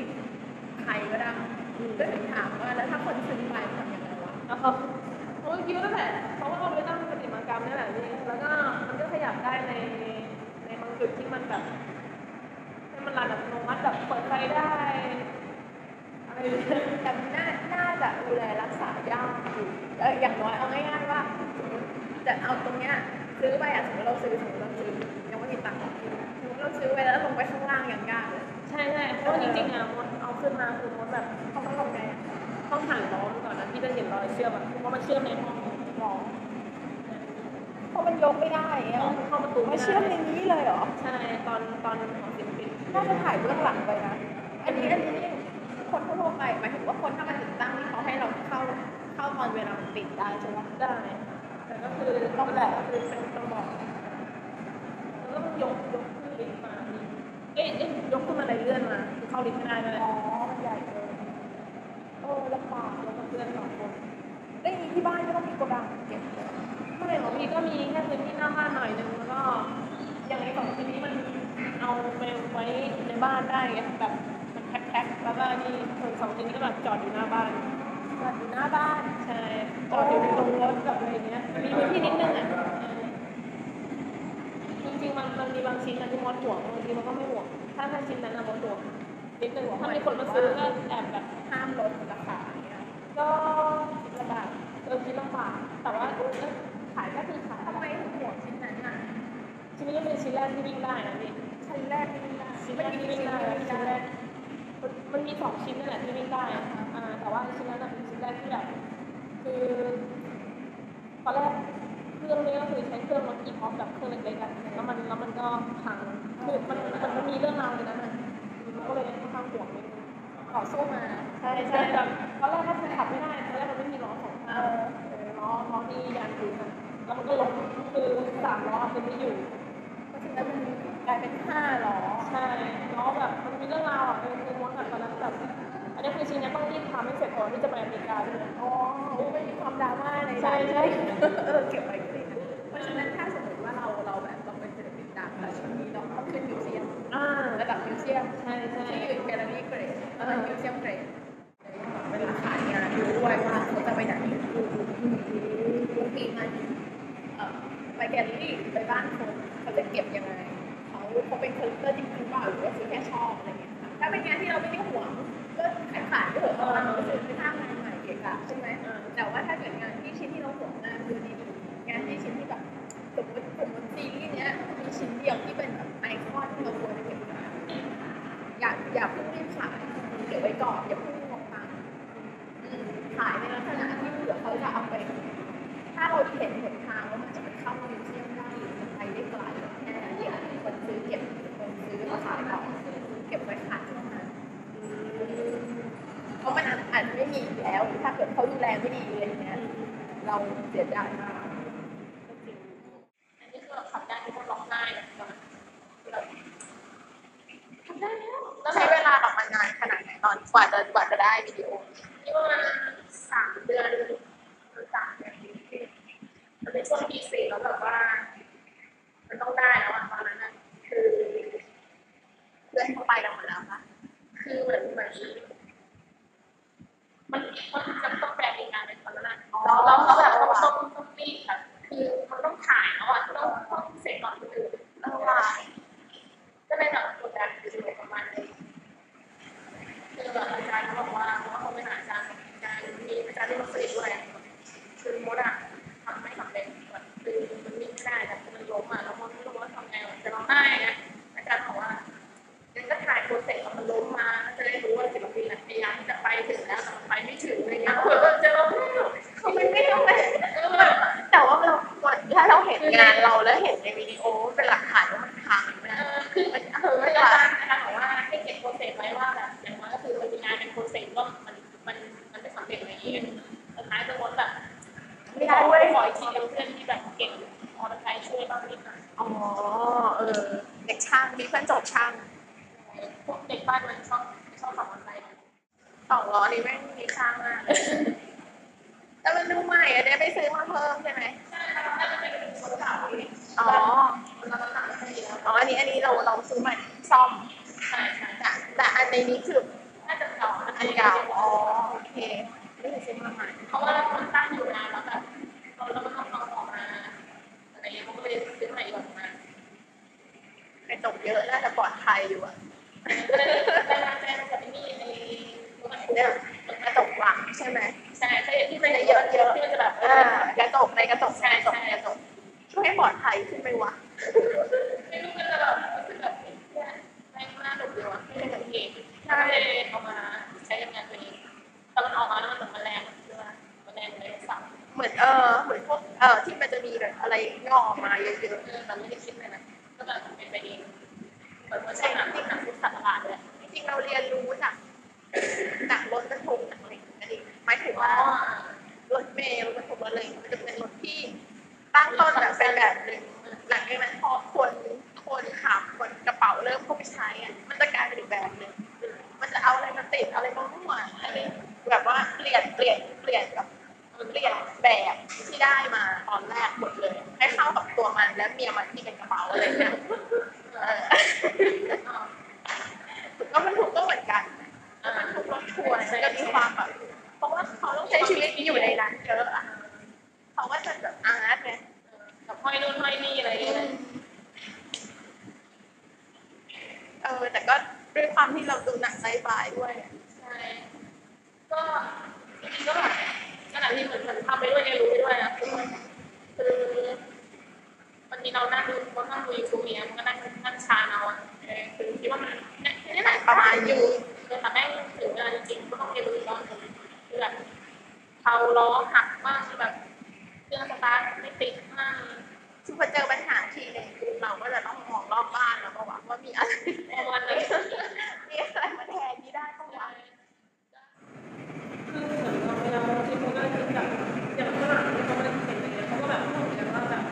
[SPEAKER 3] ใครก็ได้
[SPEAKER 2] อืม
[SPEAKER 3] ก็ถึงถามว่าแล้วถ้าคนซื้อไปทำยังไงวะ
[SPEAKER 2] เอาเขาโอ้ยคิดว่าแหละเพราะว่าเราไปตั้งปฏิมากรรมนี่แหละพี่แล้วก็มันก็ขยับได้ในในบางจุดที่มันแบบให้มันรันอัตโนมัติแบบเปิดไฟได้ อะไรอย่างเงี้ย
[SPEAKER 3] แต่น่าน่าจะดูแลรักษายากอยู่เอออย่างน้อยเอาง่ายๆว่าสมมติจะเอาตรงเนี้ยซื้อไปอ่ะสมมติเราซื้อสมมติเราซื้อยังไม่มีตังค์หรอกสมมติเราซื้อไปแล้วลงไปข้างล่างอย่างยากเลย
[SPEAKER 2] ใช่ใช่เพราะว่าจริงๆอะมดเอาขึ้นมาคือมดแบบ
[SPEAKER 3] เขาต้องลงไป
[SPEAKER 2] ต้องห่างล้อมก่อนนะพี่จะเห็นรอยเชื่อมอะเพราะมันเชื่อมในห้อง
[SPEAKER 3] หรอเพราะมันยกไม่ได้อย่างเงี้ย
[SPEAKER 2] ต้องเข้าประตู
[SPEAKER 3] มาเชื่อมในนี้เลยเหรอ
[SPEAKER 2] ใช่ตอนตอนของศิลปิน
[SPEAKER 3] น่าจะถ่ายเบื้องหลังไปนะอันนี้อันนี้คนทั่วๆไปหมายถึงว่าคนถ้ามาติดตั้งนี่เขาให้เราเข้าเข้าตอนเวลามันปิดได้ใช่ไหม
[SPEAKER 2] ได้ แต่ก็คือต้องแบบคือเป็นต้องบอกแล้วก็มันยกยกขึ้นลิฟต์มานี่เอ๊ะเอ๊ะยกขึ้นมาไดเลื่อนมาคือเข้าลิฟต์ไม่ได้เลย
[SPEAKER 3] อ๋อมันใหญ่เกินโอ้ลำบาก
[SPEAKER 2] แล้วก็เพื่อนสองคน
[SPEAKER 3] ได้วอย่างนี้ที่บ้านก็ต้องมีโกระดังเก็บเลย
[SPEAKER 2] ก็เลยของพี่ก็มีแค่พื้นที่หน้าบ้านหน่อยนึงแล้วก็ อย่างในของทีนี้มันเอาไปไว้ในบ้านได้ไงแบบมันแพ็คๆแล้วก็นี่ส่วนสองทีนี้ก็แบบจอดอยู่หน้าบ้าน
[SPEAKER 3] จอดอยู่หน้าบ้าน
[SPEAKER 2] ใช่จอดอยู่ตรงรถแบบอะไรอย่างเงี้ย มีพื้นที่นิดนึงอ่ะเออจริงๆมันมันมีบางชิ้นนะที่มดห่วงบางทีมันก็ไม่ห่วง ถ้าถ้าชิ้นนั้นอะมดห่วงนิดนึงถ้ามีคนมาซื้อก็แอบแบบ
[SPEAKER 3] ห้ามลดราคาอย่างเงี้ย
[SPEAKER 2] ก็ลำบากเออคิดลำบากแต่ว่าเออขายก็คือขาย
[SPEAKER 3] ทำไมถึงห่วงชิ้นนั้นอ่ะ
[SPEAKER 2] ชิ้นนี้ก็เป็นชิ้นแรกที่วิ่งได้นะพี่
[SPEAKER 3] ชั้นแรกไม่ได้
[SPEAKER 2] ชิ้นแรกที่วิ่งได้
[SPEAKER 3] ไม่
[SPEAKER 2] ชิ้นแร
[SPEAKER 3] ได้
[SPEAKER 2] กมันมันมีสองชิ้นนั่นแหละที่วิ่งได้อะอ่าแต่ว่าชิ้นนั้นอะเป็นชิ้นแรกที่แบบคือ ตอนแรกเครื่องนี้ก็คือใช้เครื่องมันอีพอปแบบเครื่องเล็กๆอะแล้วมันแล้วมันก็พังคือมันมันมันมีเรื่องราวในนั้นอะมันก็เลยค่อนข้างห่วงนิดนึง
[SPEAKER 3] ต่อสู้มา
[SPEAKER 2] ใช่ใช่แบบตอนแรกก็คือขับไม่ได้ตอนแรกมันไม่มีล้อสอง
[SPEAKER 3] เอ
[SPEAKER 2] ข้าง
[SPEAKER 3] อ
[SPEAKER 2] เออล้อล้อนี่ยันอยู่นะแล้วมันก็ล้มคือสามล้อคือไม่อยู่
[SPEAKER 3] เพราะฉะนั้นมันกลายเป็นห้าล้อ
[SPEAKER 2] ใช่ล้อแบบมันมีเรื่องราวอะเออคือมดอะตอนนั้นแบบอันนี้คือชิ้นเนี้ยต้องรีบทำให้เสร็จก่อนที่จะไปอเมริกาด้วย
[SPEAKER 3] อ๋อไม่มีความดราม่าใน
[SPEAKER 2] ใช่ใช่
[SPEAKER 3] เออเก็บไว้สิเพราะฉะนั้นถ้าสมมติว่าเราเราแบบเราเป็นศิลปินดังแล้วชิ้นนี้เราต้องขึ้นมิวเซียม
[SPEAKER 2] อ่า
[SPEAKER 3] ระดับมิวเซียม
[SPEAKER 2] ใช่ใช่
[SPEAKER 3] ที่อยู่แกลเลอรี่เกรดมันมิวเซียมเกรดเวลาขายงาน ด้วยว่าเขาจะไปไหนทุกปีมันเอ่อไปแกลเลอรี่ไปบ้านคนเขาจะเก็บยังไงเขาเขาเป็นคอลเลกเตอร์จริงๆเปล่าหรือว่าซื้อแค่ชอบอะไรอย่างเงี้ยค่ะถ้าเป็นงานที่เราไม่ได้หวงก็ขายขาดเถอะเอามันไปซื้อไปสร้างงานใหม่เกะกะใช่ไหม
[SPEAKER 2] เออ
[SPEAKER 3] แต่ว่าถ้าเกิดงานที่ชิ้นที่เราห่วงงานคือดีๆงานที่ชิ้นที่แบบสมมติสมมติซีรีส์เนี้ยมีชิ้นเดียวที่เป็นแบบไอคอนที่เราควรจะเก็บไว้อย่าอย่าเพิ่งรีบขายเก็บไว้ก่อนอย่าเพิ่งมองตังค์อืมขายในลักษณะที่เผื่อเขาจะเอาไป ถ้าเราเห็นหนทางว่ามันจะไปเข้ามิวเซียมได้หรือจะไปได้ไกลแค่ไหนอย่าให้คนซื้อเก็บคนซื้อแล้วขายต่อเก็บไว้ขายช่วงนั้น เพราะมันอาจจะไม่มีอีกแล้ว ถ้าเกิดเขาดูแลไม่ดีอะไรอย่างเงี้ย เราเสียใจมาก
[SPEAKER 2] อันนี้คือเราทำได้ทุกคนร้องไห้เลยตอนนั้นคือเราทำได้แล้วแล้
[SPEAKER 3] แล้วว
[SPEAKER 2] ใช้เว
[SPEAKER 3] ใช้เว
[SPEAKER 2] ลา
[SPEAKER 3] ลาประมาณนานขนาดไหนตอนกว่าจะกว่าจะได้วิดีโอ
[SPEAKER 2] ที่ว่าสามเดือนหรือสามเดือนที่มันเป็นช่วงปีสี่แล้วแบบว่า มันต้องได้แล้วอะตอนนั้นอะคือ
[SPEAKER 3] เพื่อนเขาไปกันหมดแล้วค่ะ
[SPEAKER 2] คือเหมือนเหมือนมันมันจะต้องแปลงานในตอนนั้นเราเราก็แบบต้องต้องต้องรีบแบบคือมันต้องถ่ายแล้วอ่ะต้องต้องเสร็จก่อนคนอื่น
[SPEAKER 3] เออว่ะ
[SPEAKER 2] ก็เลยแบบกดดันอยู่ประมาณนึงคือแบบอาจารย์เขาบอกว่าเพราะว่าเขาเป็นอาจารย์อาจารย์มีอาจารย์ที่มาสนิทด้วยคือมดอ่ะทำไม่สำเร็จแบบคือมันไม่ได้แต่มันล้มอ่ะแล้วมันไม่รู้ว่าทำไงจะร้องไห้นะอาจารย์บอกว่า แล้วก็ถ่ายโปรเซสเอามันล้มมาแล้วจะได้รู้ว่าศิลปินอะพยายามจะไปถึงแล้วแต่มันไปไม่ถึงอะไรเลยนะเออเจอเขาไม่ไม่ต้องเลยเออแบบ
[SPEAKER 3] แต่ว่าเราก่อนถ้าเราเห็นงานเราแล้วเห็นในวิดีโอมันเป็นหลักฐานว่ามันค้างอยู่
[SPEAKER 2] เอ
[SPEAKER 3] นะ
[SPEAKER 2] อคือมันเอออาจารย์อาจารย์บอกว่าให้เก็บโปรเซสไว้ว่าแบบอย่างน้อยก็คือมันมีงานเป็นโปรเซสก็มันมันมันจะสำเร็จอะไรอย่างเงี้ยสุดท้ายจะวนแบบไม่ได้เว้ยขออีกทีเดียวเพื่อนที่แบบเก่งออนไลน์ช่วยบ้างนิดหน่อย
[SPEAKER 3] อ๋อ เออ เด็กช่างมีเพื่อนจบช่าง
[SPEAKER 2] พวกเด็กบ้านมันชอบชอบทำออนไลน์กัน
[SPEAKER 3] สองล้อนี่แม่งมีช่างมากเลย แต่มันดูใหม่อะได้ไปซื้อมาเพิ่มใช่ไหม
[SPEAKER 2] ใช่แล้วก็จะเป็นคนเก่าอีก
[SPEAKER 3] อ๋อ
[SPEAKER 2] เราก็ทำไม่ดีแล้ว
[SPEAKER 3] อ๋อ อันนี้อันนี้เราเราซื้อมาซ่อม
[SPEAKER 2] ใช่ใช่
[SPEAKER 3] แต่แต่อันในนี้คือ
[SPEAKER 2] น่าจะเก่านะ
[SPEAKER 3] อันเก่าอ๋อโอเคไม่ได้ซื้อมาใหม่
[SPEAKER 2] เพราะว่ามันตั้งอยู่นานแล้วแบบเราเราก็ต้องเอาออกมาอะไรอย่างเงี้ยมันก็เลยซื้อใหม่ออกมา
[SPEAKER 3] ไปตกเยอะน่าจะปลอดภัยอยู่อะ
[SPEAKER 2] ก็เลยเวลาแม่จะไปนี่ในรถ
[SPEAKER 3] เนี่ยกระจกหลังใช่ไหม
[SPEAKER 2] ใช่ใช่ที่มันจะเยอะเยอะที่มันจะแบบเอ
[SPEAKER 3] อ่า
[SPEAKER 2] อก
[SPEAKER 3] ระจกในกระจกในกระจกในกระจกช่วยให้ปลอดภัยขึ้นไหมวะ
[SPEAKER 2] ไม่รู้ก็จะแบบรู้สึกแบบแรงมากหนุกเดียวอะไม่ได้สังเกตใช่เอามาใช้ทำงานตัวเองแต่มันออกมาแล้วมันเหมือนแมลงใช่ไหมแมลงในสัง
[SPEAKER 3] เหมือนเออเหมือนพวกเออที่มันจะมีแบบอะไรงอกออกมาเยอะ
[SPEAKER 2] เออมันไม่ได้คิดเลยนะก็แบบเป็นไปเองเหมือนมันใช่หนังที่หนังสัตว์ประหลาดเลย
[SPEAKER 3] ๆจริงๆเราเรียนรู้จากจากรถกระทงจากอะไรอย่างเงี้ยดิหมายถึง
[SPEAKER 2] ว่า
[SPEAKER 3] ว่ารถเมล์รถกระทงรถอะไรอย่างเงี้ยมันจะเป็นรถที่ตั้งต้นแบบเป็นแบบหนึ่ง หลังจากนั้นพอคนคนขับคนกระเป๋าเริ่มเข้าไปใช้อ่ะมันจะกลายเป็นอีกแบบหนึ่งมันจะเอาอะไรมาติดเอาอะไรมาหัวอะไรแบบว่าเปลี่ยนเปลี่ยนเปลี่ยนแบบเปลี่ยนแบบที่ได้มาตอนแรกหมดเลย ให้เข้ากับตัวมันและเมียมันที่เป็นกระเป๋าอะไรเงี้ยเออก็มันถูกก็เหมือนกันแล้วมันถูกรถทัวร์มันก็มีความแบบเพราะว่าเขาต้องใช้ชีวิตอยู่ในนั้นเยอะอะเขาก็จะแบบอาร์ตไง
[SPEAKER 2] กับห้อยนู่นห้อยนี่อะไรอย่างเงี้ยนะ
[SPEAKER 3] เออ แต่ก็ด้วยความที่เราดูหนังไซไฟด้วยอะ
[SPEAKER 2] ใช่ ก็จริงๆก็แบบขณะที่เหมือนเหมือนทำไปด้วยเรียนรู้ไปด้วยนะคือคือวันนี้เรานั่งดูเรานั่งดูยูทูบเนี่ยมันก็นั่งนั่งชาเราอ่ะเออคือคิดว่ามันเนี่ยเนี่ยแหละ
[SPEAKER 3] ประมาณอยู่
[SPEAKER 2] เออแต่แม่งถึงเวลาจริงๆก็ต้องเรียนรู้อีกรอบหนึ่งคือแบบเขาล้อหักมากคือแบบเครื่องสตาร์ทไม่ติดมาก
[SPEAKER 3] คือพอเจอปัญหาทีหนึงเราก็จะต้องมองรอบบ้านแล้วก็หวังว่ามีอะไร
[SPEAKER 2] ประมาณนั้น
[SPEAKER 3] มีอะไรมาแทนที่ได้บ้างวะ
[SPEAKER 2] คือเหมือนเราเวลาเราคิดมันก็คิดแบบอย่างฝรั่งที่เขาไม่ได้เห็นอะไรเงี้ยเขาก็แบบพูดเหมือนกันว่าแบบ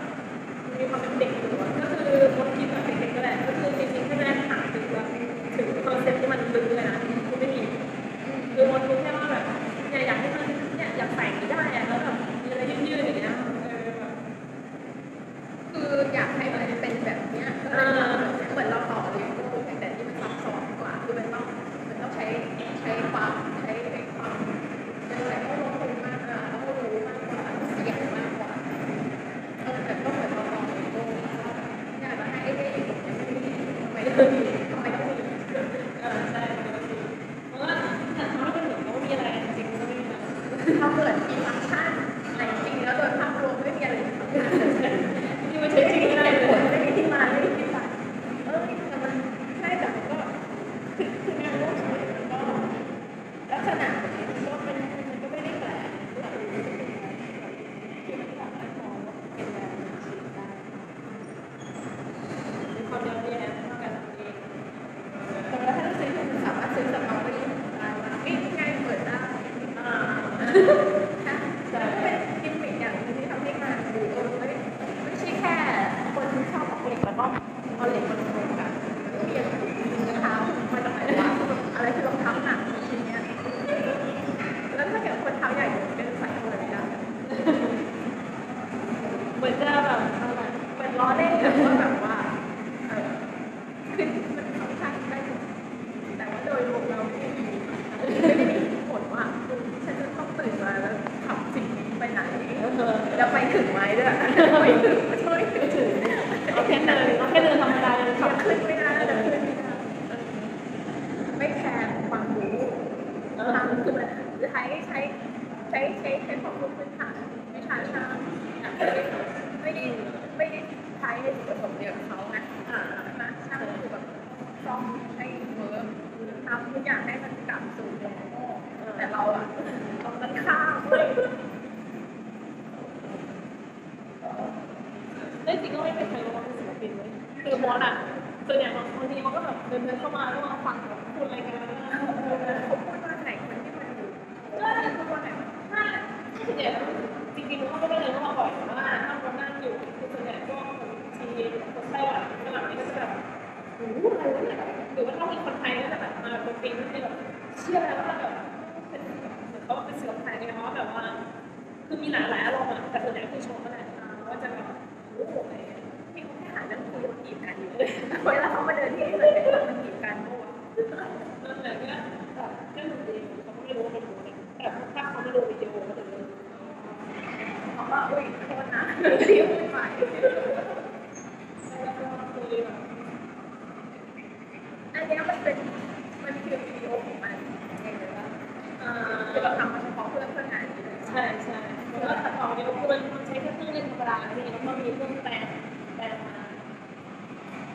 [SPEAKER 2] มีความเป็นเด็กอยู่อะก็คือคนคิดแบบเด็กๆก็แหละก็คือจริงๆแค่ไม่ได้ถามถึงแบบถึงคอนเซ็ปต์ที่มันลึกเลยนะคือไม่มีคือมนรู้แค่ว่าแบบเนี่ยอยากให้มันเนี่ยอยากใส่ไม่ได้อะแล้วแบบมีอะไรยืดๆอย่างเงี้ยเออแบบ
[SPEAKER 3] คืออยากให้มันเป็นแบบเนี้ยก็เลยเหมือนเราต่อเลยก็แต่ที่มันซับซ้อนกว่า คือมันต้อง ถ้าเกิดมีฟังก์ชันแต่จริงๆแล้วโดยภาพรวมไม่มีอะไรที่มัน
[SPEAKER 2] ที่มัน
[SPEAKER 3] ใช้
[SPEAKER 2] ใช้จริ
[SPEAKER 3] จ
[SPEAKER 2] งไม่
[SPEAKER 3] ริงไม่
[SPEAKER 2] ได้
[SPEAKER 3] ได้
[SPEAKER 2] เล
[SPEAKER 3] ผ
[SPEAKER 2] ย
[SPEAKER 3] ลไม่มีที่มาไม่มีที่ไปเออแต่มันใช่แต่มันก็คือคืองานร่วมสมัยมันก็ลักษณะแบบนี้มันก็เป็นมันก็ไม่ได้แปลกเราไม่ได้เป็นอะไรที่แบบเกี่ยวกับการมองว่าเป็นแรงชีวิตได้
[SPEAKER 2] มีความยาวเรียนเท่ากันเอง
[SPEAKER 3] แต่ว่าถ้าซื้อคุณสามารถซื้อสตอเบอรี่ได้มาวิ่งง่ายเปิดได้
[SPEAKER 2] อ่า
[SPEAKER 3] นะแต่ก็เป็นกิมมิคอย่างหนึงที่ทำให้งานดูเออไม่ไม่ใช่แค่คนที่ชอบออกเหล็กแล้วก็เอาเหล็กมาโครงกันเปลี่ยนถุงรองเท้ามาจากไหนวะอะไรคือรองเท้าหนักชิ้นเนี้ยแล้วถ้าเกิดคนเท้าใหญ่เป็นใส่เอาอะไรนะ
[SPEAKER 2] เหมือนจะแบบอะไร
[SPEAKER 3] เหมือนล้อเล่นแต่ว่าแบบว่าเออคือมันค่อนข้างได้ผลแต่ว่าโดยรวมเราไม่ได้มีไม่ได้มีผลว่าฉันจะต้องตื่นมาแล้วขับสิ่งนี้ไปไหน
[SPEAKER 2] เออ
[SPEAKER 3] แล้วไปถึงไหมด้วยไปถึงช่วยถึงถึง
[SPEAKER 2] เอาแค่เดินเอาแค่เดินธรรมดาเลย
[SPEAKER 3] ขั
[SPEAKER 2] ขั
[SPEAKER 3] บบ ขึ้นไม่ได้แต่ขึ้นไม่ได้เออไม่แคร์ความรู้ทางคือมันใช้ใช้ใช้ใช้ใช้ความรู้พื้นฐานวิชาช่างอย่างเดียวไม่ได้ไม่ได้ใช้ในส่วนผสมเดียวกับเขานะอ่ามาช่างคือแบบซ่อมให้เวิร์กทำทุกอย่างให้มันกลับสู่โลกแต่เราอะตรงกันข้าม
[SPEAKER 2] ได้จริงก็ไม่เป็นใครรู้ว่าเป็นศิลปินเลยคือมอสอ่ะส่วนใหญ่บางทีมันก็แบบเดินเดินเข้ามาแล้วมาฟังแบบพูดอะไรกันแล้ว
[SPEAKER 3] เขาพูดว่าไหนคนที่มันอยู่ก็พูดว่าไหนมัน
[SPEAKER 2] ถ้าถ้าส่วนใหญ่แล้วจริงๆเขาก็ไม่ได้เดินเข้ามาบ่อยแต่ว่าถ้าเรานั่งอยู่คือส่วนใหญ่ก็คนจีนคนไต้หวันฝรั่งนี่ก็จะแบบโอ้โหอะไรวะเนี่ยหรือว่าถ้ามีคนไทยก็จะแบบมาเป็นปีนี่คือแบบเชื่อแล้วว่าแบบเป็นเหมือนเขาเป็นศิลปินไงเพราะว่าแบบว่า คือมีหลายหลายๆอารมณ์อะแต่ส่วนใหญ่คือชมก็แหละว่าจะแบบโอ้โหอะไรอย่างเงี้ย
[SPEAKER 3] มีคนที่หาเรื่องคุยคนจีบกันอยู่เลยเวลาเขามาเดินที่ไหนเลยมันจีบกันเพราะว่า
[SPEAKER 2] นั่นแหละก็แบบก็ดูดีเขาไม่รู้ว่าเป็นหนูเนี่ยแต่ถ้าเขาไม่ดูวิดีโอก็จะรู้
[SPEAKER 3] เขาว่าอุ้ยโทษนะรีบไป
[SPEAKER 2] แล้วก็คุยแบบ
[SPEAKER 3] อันนี้มันเป็นมันคือวิดีโอของมันเองเลยว่า
[SPEAKER 2] อ่า
[SPEAKER 3] คือเราทำมาเฉพาะเพื่อเพื่องานนี้เลย
[SPEAKER 2] ใช่ใช่แล้วก็ตัดต่อเนี่ยคือมันใช้แค่เครื่องเล่นธรรมดาพี่แล้วก็มีเครื่องแปลงแปลงมา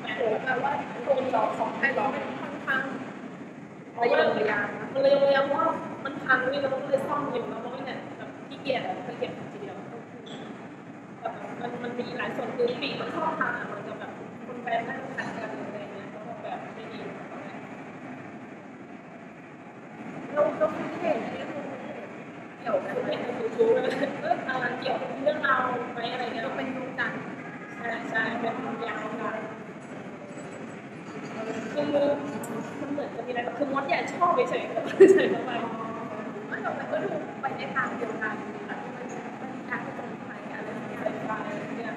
[SPEAKER 2] แปลง
[SPEAKER 3] โอ้แปลว่าตัวหลอกของไอ้หลอกมันค่อนข้าง
[SPEAKER 2] เพราะว่ามันเลยเลยว่ามันพังนี่แล้วก็เลยซ่อมอยู่แล้วเพราะว่าเนี่ยแบบขี้เกียจอะขี้เกียจทีเดียวแบบมันมันมีหลายส่วนคือปีกมันชอบพังอะมันจะแบบคนแปลงนั่งขัดกันอะไรเงี้ยแล้วก็แบบไม่ดี
[SPEAKER 3] ลงลงที่เห็นที่เกี่ยวกัน
[SPEAKER 2] ไม่เคยคุยชู้เลยเอออะไรเกี่ยวกับเรื่องราวไหมอะไรเงี้ย
[SPEAKER 3] เราเป็นดวงจันทร์
[SPEAKER 2] ใช่ใช่เป็นความยาวค่ะคือมันเหมือนจะมีอะไรคือมดเนี่ยชอบไปเฉยๆก็เฉยๆไป
[SPEAKER 3] มันเราก็ดูไปในทางเดียวกันแต่มันมันทางที่ตรงไปอะไรอย่างเงี้ย
[SPEAKER 2] ไปเนี่ย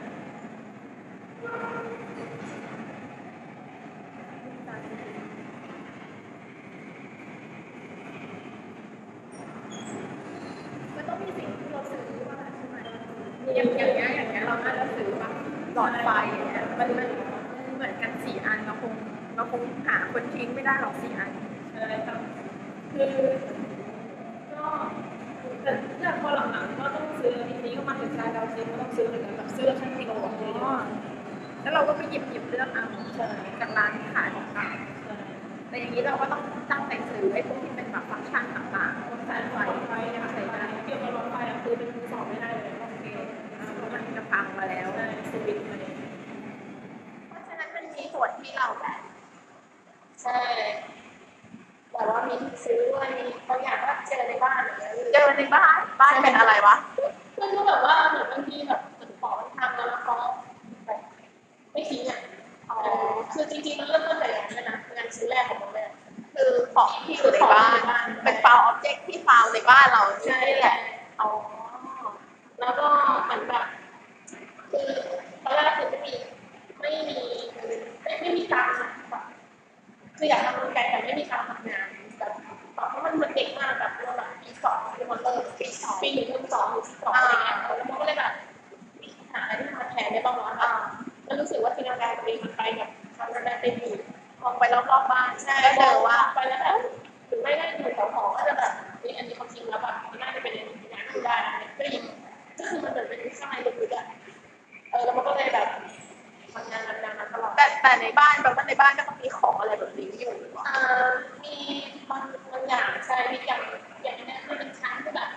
[SPEAKER 3] มันต้องมีสิ่งที่เราซื้อว่าใช่ไหมอย่างอย่างเงี้ยอย่างเงี้ยเราน่าจะซื้อว่าหลอดไฟอย่างเงี้ยมันมันเหมือนกันสี่อันเราคงเราคงหาคนทิ้งไม่ได้หรอกสี่อัน
[SPEAKER 2] อะไรทำคือก็แต่เนี่ยพอหลังๆก็ต้องซื้อทีนี้ก็มาถึงการดาวซีก็ต้องซื้อเหมือนกันแบบซื้อชั้นกิโลอ่ะเย
[SPEAKER 3] อ๋อ
[SPEAKER 2] อะ
[SPEAKER 3] แล้วเราก็ไปหยิบหยิบเรื่องเอาจากร้านที่ขายของเรา
[SPEAKER 2] ๆใช่
[SPEAKER 3] แต่อย่างนี้เราก็ต้องตั้งใจซื้อไอ้พวกที่เป็นแบบฟังก์ชันต่างๆพวกสายไฟ
[SPEAKER 2] ไปไปเนี่ยใส่ได้เกี่ยวกับรถไฟอ่ะคือเป็นมือสองไม่ได้เลยโอเค
[SPEAKER 3] เพราะมันจะพังมาแล้ว
[SPEAKER 2] ใช่สวิตช์อะไร
[SPEAKER 3] เพราะฉะนั้นมันมีส่วนที่เราแบบ
[SPEAKER 4] ใช่แบบว่ามีซื้อด้วยมีเขาอยากว่าเจอในบ้านอะไรอย่าง
[SPEAKER 3] เจ
[SPEAKER 4] เงี้ย
[SPEAKER 3] อในบ้านบ้านเป็นอะไรวะ
[SPEAKER 4] มันก็แบบว่าเหมือนบางทีแบบเหมือนของมันทำแล้วแล้วเขาแบบไม่ทิ้งอ่ะ
[SPEAKER 3] อ๋อ
[SPEAKER 4] เออคือจริงๆมันเริ่มต้นแต่อย่างนั้นเลยนะงานชิ้นแรกของมันเลยอะ
[SPEAKER 3] คือของที่อยู่ในบ้าน เป็นฟาวออบเจกต์ที่ฟาวในบ้านเราใช่ไหมแหละ
[SPEAKER 4] อ๋อแล้วก็เหมือนแบบคือตอนแรกคือไม่มีไม่มีไม่ไม่มีตังค์อะแบบคืออยากทำงานไกลแต่ไม่มีตังค์ทำงานแบบตอนนั้นมันเหมือนเด็กมากแบบเราแบบปีสองเรียนมอเตอร์ปีสองปีหนึ่งเริ่มสองหรือสองอะไรเงี้ยแล้วมันก็เลยแบบ หาอะไรที่มาแทนได้บ้างวะ
[SPEAKER 3] อ่า
[SPEAKER 4] มันรู้สึกว่าจินตนาการตัวเองมันไปแบบทำงานเป็นอยู่
[SPEAKER 3] มองไปรอบๆบ้าน
[SPEAKER 4] ใช่
[SPEAKER 3] ก็เจอว่า
[SPEAKER 4] ไปแล้วแบบหรือไม่ได้อยู่แถวหอก็จะแบบนี่อันนี้ความจริงแล้วแบบมันน่าจะเป็นอย่างนี้นะ
[SPEAKER 3] ในบ้านแบบว่าในบ้านก็ต้องมีของอะไรแบบนี้อยู่หรือเปล่า
[SPEAKER 2] เอ่อมีบางบางอย่างใช่ มีอย่างอย่างเนี้ยมันเป็นชั้นที่แบบ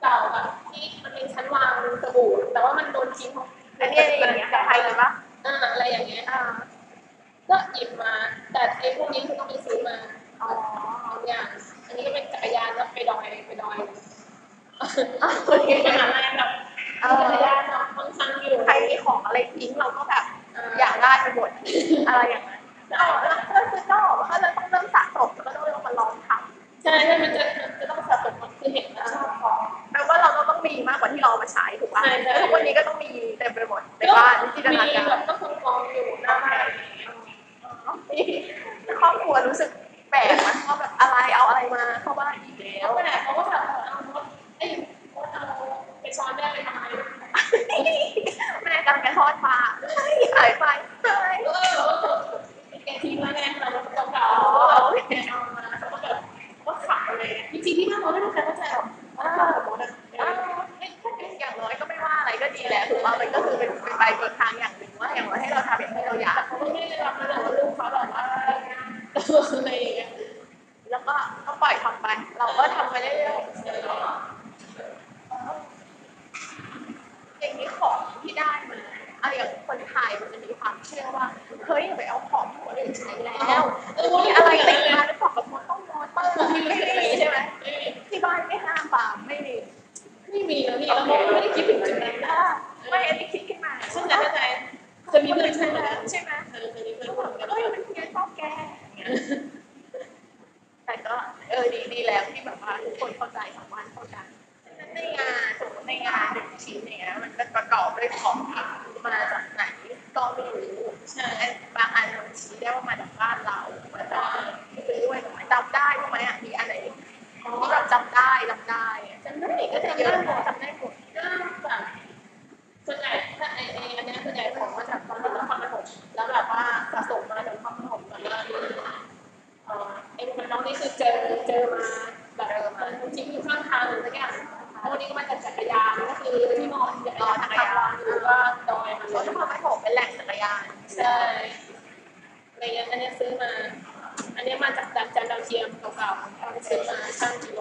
[SPEAKER 2] เก่าแบบที่มันเป็นชั้นวางสบู่แต่ว่ามันโดนทิ้งของ
[SPEAKER 3] อันนี้อะไรอย่างเงี้ยใครเลยปะ
[SPEAKER 2] เอ่าอะไรอย่างเงี้ย
[SPEAKER 3] อ่า
[SPEAKER 2] ก็หยิบมา แต่ไอ้พวกนี้คือต้องไปซื้อมา
[SPEAKER 3] อ๋อ
[SPEAKER 2] บางอย่าง อันนี้ก็เป็นจักรยานแล้วไปดอยไปดอย
[SPEAKER 3] อ่ะโอเค
[SPEAKER 2] มหาลัยแบบ
[SPEAKER 3] เอ
[SPEAKER 2] จัก
[SPEAKER 3] อย
[SPEAKER 2] รานแบบค่อนข้างอยู่
[SPEAKER 3] ใครมีของอะไรทิ้งเราก็แบบ
[SPEAKER 2] เ
[SPEAKER 3] อยากได้ไปหมดอะไรอย่างนั้นเอาแล้วก็คือก็บอกว่าเราต้องเริ่มสะสมแล้วก็ต้องเริ่มมาลองท
[SPEAKER 2] ใช่ใช่มันจะมันจะต้องสะสมมันคือเห็นแล้วชอบของ
[SPEAKER 3] ำแปลว่าเราก็ต้องมีมากกว่าที่เราเอามาใช้ถูกป่ะ
[SPEAKER 2] ใช่ใช่
[SPEAKER 3] แล้วทุกวันนี้ก็ต้องมีเต็มไปหมดในบ้านที่จินตนา
[SPEAKER 2] มี
[SPEAKER 3] การ
[SPEAKER 2] แบบก็คือกองอยู่หน้าบ้านอะไรอย่างเงี้ย
[SPEAKER 3] ครอบครัวรู้สึกแปลกมันก็แบบอะไรเอาอะไรมาเข้าบ้านอีกแล้
[SPEAKER 2] แล้ว วขนาดเขาก็แบบเอารถไอ้รถเอาไปช้อนแม่ไปทำอะไร
[SPEAKER 3] แม่กำลังจะทอดปลาใช่หายไปใช่
[SPEAKER 2] เออแกทิ้งไว้ไงเราเก่าๆ
[SPEAKER 3] อ๋อ
[SPEAKER 2] เอา
[SPEAKER 3] โอเค
[SPEAKER 2] มาเขาก็แบบก็ขับอะไรจริงๆที่บ้านเราไม่ต้องการเข้าใจหรอก
[SPEAKER 3] อ่าอ่าอย่างน้อยก็ไม่ว่าอะไรก็ดีแหละถูกป่ะมันก็คือเป็นเป็นไปบนทางอย่างหนึ่งว่าอย่างน้อยให้เราทำอย่างที่เราอยาก
[SPEAKER 2] เขาไม่ได้รับนะแต่ว่าลูกเขาแบบว่าอะไรอย่างเงี้ย
[SPEAKER 3] แล้วก็ก็ปล่อยทำไป เราก็ทำไปเรื่อยๆอย่างนี้ของที่ได้มาเอาอย่างคนไทยมันจะมีความเชื่อว่า เฮ้ยอย่าไปเอาของที่คนอื่นใช้แล้วมีอะไรติดมาหรือเปล่ากับมอต้องมอเตอร์ไม่มีใช่ไหมที่บ้านไม่ห้ามปาล์มไม่มี
[SPEAKER 2] ไม่มีแล้วนี่เราไม่ได้คิดถึงจุดนั้นนะ
[SPEAKER 3] อ่าไม่อันนี้คิดขึ้นมา
[SPEAKER 2] เข้าใจเข้าใจจะมีเพื่อนใช่ไหม
[SPEAKER 3] ใช่ไหม
[SPEAKER 2] เออจะมีเพื่อน
[SPEAKER 3] ก็
[SPEAKER 2] ค
[SPEAKER 3] แบ
[SPEAKER 2] นกัน
[SPEAKER 3] บเอ้ยมันเงี้ยชอบแกเนี่ยแต่ก็เออดีดีแล้วที่แบบว่าทุกคนเข้าใจสองวันเข้าใจ ในงานสมมติในงานหนึ่งชิ้นอย่างเงี้ยมันจะประกอบด้วยของที่มาจากไหนก็ไม่รู้
[SPEAKER 2] ใช่
[SPEAKER 3] บางอันมันชี้ได้ว่ามาจากบ้านเรามาจากซื้อไว้ตรงไหนจำได้ใช่ไหมอ่ะมีอันไหนที่เราจำได้จำได้อะ
[SPEAKER 2] จำได้
[SPEAKER 3] ก็
[SPEAKER 2] ก็
[SPEAKER 3] จะ
[SPEAKER 2] จำ
[SPEAKER 3] เยอะ
[SPEAKER 2] ได้หมด
[SPEAKER 3] จำได้หมด
[SPEAKER 2] ก็แบบส่วนใหญ่ถ้าไอไออันเนี้ยส่วนใหญ่ของมาจากตอนที่เราความประถมแล้วแบบว่าสะสมมาจากความประถมแบบว่าเอ่อไอ้มันน้องนี่คือเจอเจอมาแบบเออมันทิ้งอยู่ข้างทางหรือสักอย่างแล้ววันนี้ก็มาจากจักรยานก็คือที่นอนจักรยานทางวางหรือว่าดอยมัน
[SPEAKER 3] เขา
[SPEAKER 2] เล
[SPEAKER 3] จะ
[SPEAKER 2] ย
[SPEAKER 3] พาไปโถมเป็นแหล่งจักรยาน
[SPEAKER 2] ใช่อะไรเงี้ยอันเนี้ยซื้อมา อันเนี้ยมาจากจากจานดาวเทียมเก่าๆเอาไปซื้อมาช่างกิโล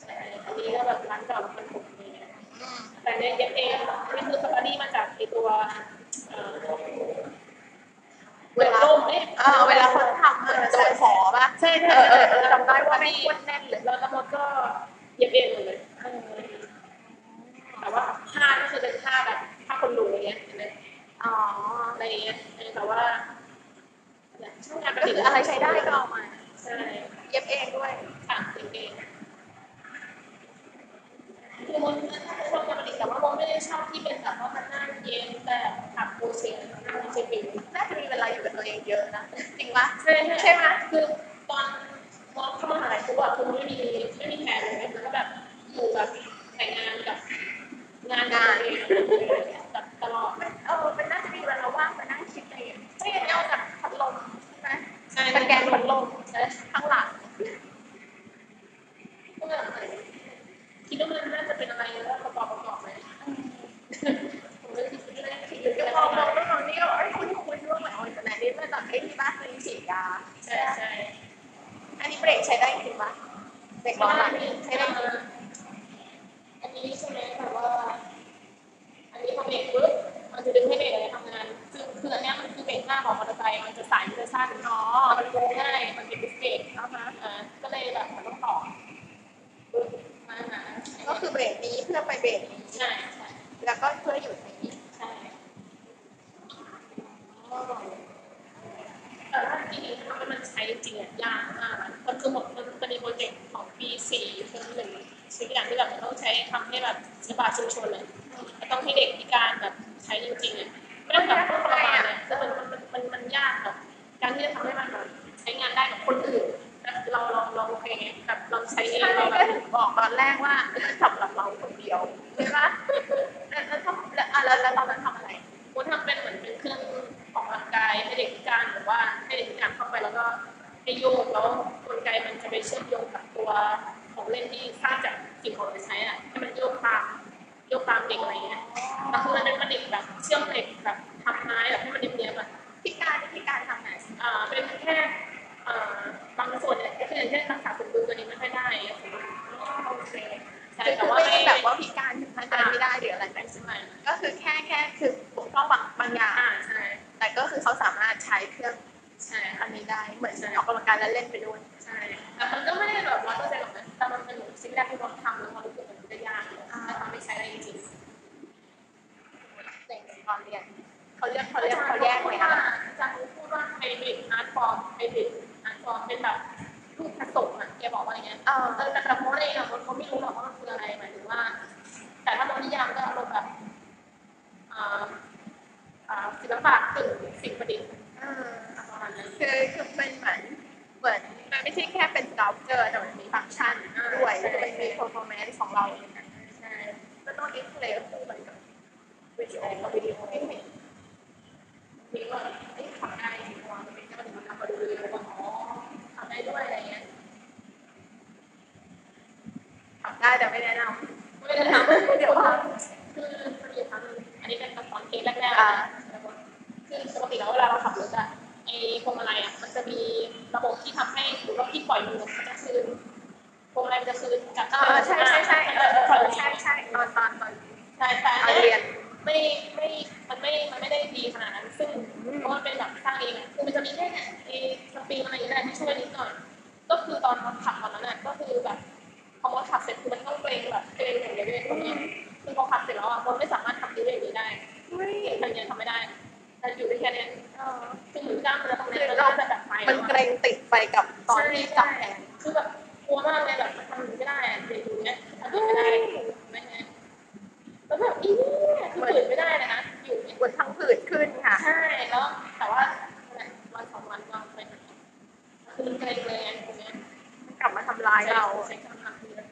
[SPEAKER 2] ใช่อันนี้ก็แบบร้านเก่ามันถูกดี
[SPEAKER 3] อืม
[SPEAKER 2] แต่เนี่ยเย็บเองนี่คือสตอรี่มาจากไอตัวเอ่อ
[SPEAKER 3] เว
[SPEAKER 2] เวลา
[SPEAKER 3] ลา
[SPEAKER 2] ล่มเนี่ย
[SPEAKER 3] เออเวลาคนทำมันจะขอป่ะ
[SPEAKER 2] ใช่
[SPEAKER 3] เอ
[SPEAKER 2] ใช่
[SPEAKER 3] อเอ
[SPEAKER 2] ใช่
[SPEAKER 3] อเออ
[SPEAKER 2] จำ
[SPEAKER 3] จำ
[SPEAKER 2] ได้
[SPEAKER 3] ได้
[SPEAKER 2] ว่า
[SPEAKER 3] ว่า
[SPEAKER 2] ไม่
[SPEAKER 3] ไม่
[SPEAKER 2] อ้ว
[SPEAKER 3] อ้วน นแน่นเลย
[SPEAKER 2] แล้วตำรวจก็เย็บเองหมดเลยเออแต่ว่าผ้าก็คือเป็นผ้าแบบผ้าคนหนูอย่างเงี้ยเห็นไหม
[SPEAKER 3] อ๋อ
[SPEAKER 2] อะไรอย่างเงี้ยเออแต่ว่าเนี่ยช่วงงาน
[SPEAKER 3] ก็คืออะไรใช้ได้ก็เอามา
[SPEAKER 2] ใช่
[SPEAKER 3] เย็บเองด้วย
[SPEAKER 2] ค่ะเย็บเองคือมนต์ถ้าเป็นคนปกติแต่ว่ามนต์ไม่ได้ชอบที่เป็นแบบว่ามันหน้าเย็นแต่ถักโครเชต์หน้าเชฟบิง
[SPEAKER 3] น่าจะมีเวลาอยู่กับตัวเองเยอะนะ จริงปะ
[SPEAKER 2] ใช่ใช่ใช่ไหมคือตอนมอเข้ามหาลัยปุ๊บอะคือไม่มีไม่มีแผนเลยมันก็แบบอยู่แบบแต่งงานกับงานงานเองแบบตลอด
[SPEAKER 3] มันเออมันน่าจะมีเวลาว่างมานั่งคิดอะไรอย่างเงี้ยไม่อย่างนี้เอาจากพัดลมใช่ไหม
[SPEAKER 2] ใช่
[SPEAKER 3] ตะแกรงพัดลม
[SPEAKER 2] ใช่
[SPEAKER 3] ข้างหลัง
[SPEAKER 2] ก็แบบคิดว่ามันน่าจะเป็นอะไรแล้วประกอบประกอบไหมผมก็คิดเรื่องคิดเรื่อง
[SPEAKER 3] เดี๋ยวมองมองแล้วมองนี่ก็เอ้ยคุณคุณว่าเหมือนเอาจากไหนนี่มาจากไอ้ที่บ้านซื้อฉีดยา
[SPEAKER 2] ใช่ใช่
[SPEAKER 3] อันนี้เบรกใช้ได้จริงปะเบรกร้อนหลังใช้ได้จริง
[SPEAKER 2] อันนี้ใช่ไหมแบบว่า อันนี้พอเบรกปุ๊บมันจะดึงให้เบรกอะไรทำงานคือคืออันเนี้ยมันคือเบรกหน้าของมอเตอร์ไซค์มันจะสายมันจะสั้น
[SPEAKER 3] อ๋อ
[SPEAKER 2] อ๋อมันโกงง่ายมันเป็นดิสเบรก
[SPEAKER 3] เอาฮะ
[SPEAKER 2] อ่าก็เลยแบบมันต้องต่อปึ๊บมาหา
[SPEAKER 3] ก็คือเบรกนี้เพื่อไปเบรกนี้
[SPEAKER 2] ใช่ใช่
[SPEAKER 3] แล้วก็เพื่อหยุดนี้
[SPEAKER 2] ใช่อ๋อแต่ว่าจริงๆถ้ามันใช้จริงอ่ะยากมากอะมันคือหมดมันเป็นโปรเจกต์ของปีสี่คนหนึ่งชิ้นอย่างที่แบบมันต้องใช้ทำให้แบบศิลปะชุมชนเลยมันต้องให้เด็กพิการแบบใช้จริงๆอ่ะไม่ต้องแบบพวกประมาณเนี่ยแล้วมันมันมันมันยากแบบการที่จะทำให้มันแบบใช้งานได้กับคนอื่นนะเราเราเราโอเคไงแบบเราใช้เอง
[SPEAKER 3] ใช่
[SPEAKER 2] เราแบ
[SPEAKER 3] ก็
[SPEAKER 2] บ
[SPEAKER 3] ถึงบอกตอนแรกว่ามันสำหรับเราคนเดียวใช่ปะแล้วแล้วทำแล้วอ่ะแล้วแล้วตอนนั้นทำอะไร
[SPEAKER 2] กูทำเป็นเหมือนเป็นเครื่องออกกำลังกายให้เด็กพิการหรือว่าให้เด็กพิการเข้าไปแล้วก็ให้โยกแล้วกลไกมันจะไปเชื่อมโยงกับตัวของเล่นที่สร้างจากสิ่งของที่ใช้อ่ะให้มันโยกตามโยกตามเด็กอะไรเงี้ยแต่คือมันเป็นเด็กแบบเชื่อมเหล็กแบบทำไม้แบบให้มันเนียบๆอ่ะ พิการพิการทำงานอ่าเป็นแค่อ่าบางส่วนเนี่ยคืออย่างเช่นรักษาสมดุลตัวนี้ไม่ค่อยได้สมดุลโอเคใช่
[SPEAKER 3] คือ
[SPEAKER 2] แต่ว่า
[SPEAKER 3] ไม่
[SPEAKER 2] ไม่
[SPEAKER 3] ได้แบบว่าพิการถึงขั้นเดินไม่ได้หรืออะไรแบบ
[SPEAKER 2] ใช่
[SPEAKER 3] นี้
[SPEAKER 2] ไหม
[SPEAKER 3] ก็คือแค่แค่คือบกพร่องบางบางอย่าง
[SPEAKER 2] อ่าใช่
[SPEAKER 3] แต่ก็คือเขาสามารถใช้เครื่อง
[SPEAKER 2] ใช่
[SPEAKER 3] อันนี้ได้เหมือนออกกำลังกายและเล่นไปด้วย
[SPEAKER 2] ใช่แต่มันก็ไม่ได้แบบร้อยเปอร์เซ็นต์หรอกนะแต่มันเป็นเหมือนสิ่งแรกที่เราทำแล้วเรารู้สึกมันจะยากเลยถ้าทำไม่ใช้ได้จริง
[SPEAKER 3] เด็กตอนเรียนเขาเรียกเขา
[SPEAKER 2] เขา
[SPEAKER 3] เรี
[SPEAKER 2] เรี
[SPEAKER 3] ย
[SPEAKER 2] ย
[SPEAKER 3] ก
[SPEAKER 2] กเขาแย
[SPEAKER 3] เขาแยก
[SPEAKER 2] ก
[SPEAKER 3] เล
[SPEAKER 2] เลย ย
[SPEAKER 3] นะ
[SPEAKER 2] นะอาจารย์พูดว่าไฮบริดอาร์ตฟอร์มไฮบริดอาร์ตฟอร์มเป็นแบบรูปผสมอ่ะแกบอกว่าอย่างเงี้ย
[SPEAKER 3] เออ
[SPEAKER 2] เออแต่แต่โมเองอะมันเขาไม่รู้หรอกว่ามันคืออะไรหมายถึงว่า แต่ถ้าโมนิยามก็อารมณ์แบบอ่าอ่าศิลปะกึ่งสิ่งประดิษฐ์
[SPEAKER 3] เออ
[SPEAKER 2] ประมาณนั้น
[SPEAKER 3] คือคือเป็นเหมือนเหมือนมันไม่ใช่แค่เป็นสกาเจอร์แต่มันมีฟังก์ชันด้วยคือมันมีเพอร์ฟอร์แมนซ์ของเราอย่างนั้น
[SPEAKER 2] ใช่
[SPEAKER 3] ก็ต้องเอ็กซ์เลยก็คือเหมือนกับ
[SPEAKER 2] วิดีโอกับวิดีโอที่เห็นมีว่าไอ้ยทำได้จริงว่ามันเป็นเจ้าหนึ่งมันทำมาดูเลยว่าอ๋อทำได้ด้วยอะไรเงี้ย
[SPEAKER 3] ทำได้แต่ไม่แนะน
[SPEAKER 2] ไม่ได้ทำเดี๋ยวว่าคือมันมีครั้งหนึงอันนี้เป็นตอนเกมแรกๆนะคือปกติแล้วเวลาเราขับรถอะไอ้พวงมาลัยอะมันจะมีระบบที่ทำให้หรือว่าที่ปล่อยมือมันจะคืนพวงมาลัยมันจะคืนจาก
[SPEAKER 3] ำเออใช่ใช่ใช่เอ
[SPEAKER 2] เอ
[SPEAKER 3] อ
[SPEAKER 2] อ
[SPEAKER 3] เออใช่ใช่ตอนตอนตอน
[SPEAKER 2] ใช่แต่
[SPEAKER 3] ต
[SPEAKER 2] อั
[SPEAKER 3] อน น
[SPEAKER 2] นี้
[SPEAKER 3] เรียน
[SPEAKER 2] ไม่ไม่มันไม่มันไม่ได้ดีขนาดนั้นซึ่งเพราะมันเป็นแบบสร้างเองอะคือมันจะมีแค่เนี่ยไอ้สปริงอะไรอย่างเงี้ยที่ช่วยนิดหน่อย ก็คือตอนขับตอนนั้นอะก็คือแบบพอมดขับเสร็จคือมันต้องเกรงแบบเกรงอย่างเดียวเลยตรงเนี้ยคือพอขับเสร็จแล้วอะมดไม่สามารถทำดีอย่างนี้ได้
[SPEAKER 3] ไม่
[SPEAKER 2] เห็นทางเดียวทำไม่ได้แต่อยู่ได้แค่เนี้ย
[SPEAKER 3] เออ
[SPEAKER 2] คือหนูจ้างมันแล้วตรงเนี้ยมันก็จะแบบไป
[SPEAKER 3] มันเกรงติดไปกับตอนที่จับแขน
[SPEAKER 2] คือแบบกลัวมากเลยแบบมันทำหนูไม่ได้อะเด็กอยู่เนี้ยทำหนูไม่ได้ไม่ใช่แล้วแบบอีเนี่ยคือฝืนไม่ได้เลยนะ อยู่เนี่ย
[SPEAKER 3] บนทั้งผืดขึ้นค่ะ
[SPEAKER 2] ใช่ แล้ว แต่ว่าวันสองวันก็ไปคือมันเกรงเลยอันเนี้ย
[SPEAKER 3] กลับมาทำร้ายเรา
[SPEAKER 2] ใช้คำถามนี้นะ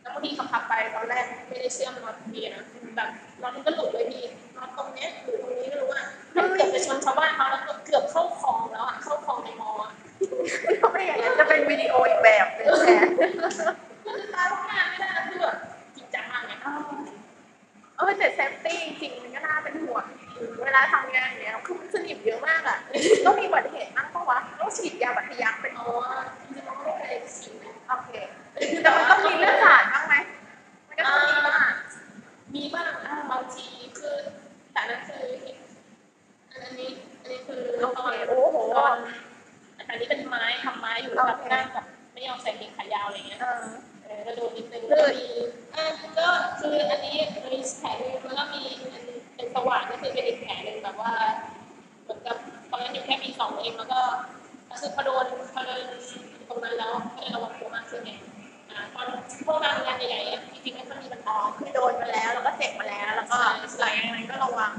[SPEAKER 2] แล้วบางทีขับขับไปตอนแรกไม่ได้เชื่อมน็อตดีนะแบบน็อตมันก็หลุดเลยพี่น็อตตรงเนี้ยหรือตรงนี้ไม่รู้อ่ะมันเกือบไปชนชาวบ้านเขาแล้วก็เกือบเข้าคลองแล้วอ่ะเข้าคลองในมออ่ะ
[SPEAKER 3] ก็ไม่อย่างนั้นจะเป็นวิดีโออีกแบบหนึงแชร์
[SPEAKER 2] คือตาทำงานไม่ได้นะคือแบบจริงจังมากไง
[SPEAKER 3] เออแต่เซฟตี้จริงๆมันก็น่าเป็นห่วงเวลาทำงานอย่างเนี้ยคือมันสนิมเยอะมากอ่ะ ต้องมีอุบัติเหตุบ้างปะวะต้องฉีดยาบัตทะยัก เป็น
[SPEAKER 2] เอาว่าจริงๆเราไม่เคยฉีดนะ
[SPEAKER 3] โอเคแต่มันต้องมีเลือดสาดบ้างไหมมันก็
[SPEAKER 2] อ่า
[SPEAKER 3] ต้องมีบ้าง
[SPEAKER 2] มีบ้างอ่ะบางทีคือแต่นั้นคืออันนี้อันนี้คือต
[SPEAKER 3] โอเค
[SPEAKER 2] อน
[SPEAKER 3] โอ้โห
[SPEAKER 2] ตอนอันนี้เป็นไม้ทำไม้อยู่แล้วแบบนั่งแบบไม่ยอมใส่เกงขายาวอะไรเงี้ย
[SPEAKER 3] เออ
[SPEAKER 2] เออก็โดนนิดนึง
[SPEAKER 3] เล
[SPEAKER 2] ก็
[SPEAKER 3] ย
[SPEAKER 2] มีอ่ะก็คืออันนี้มีแผลหนึงแล้วก็มีอันเป็นสว่านก็คือเป็นอีกแผลหนึ่งแบบว่าเหมือนกับตอนนั้นอยู่แค่ปีสองเองแล้วก็ก็คือพอโดนพอโดนตรงนั้นแล้วก็เลยระวังตัวมากขึ้นไงอ่าตอนพวกงานงานใหญ่ๆอ่ะจริงๆไม่ค่อยมีปัญหา
[SPEAKER 3] คือโดนมาแล้วแล้วก็เจ็บมาแล้ว แล้วก็หลังจากนั้นก็ระวัง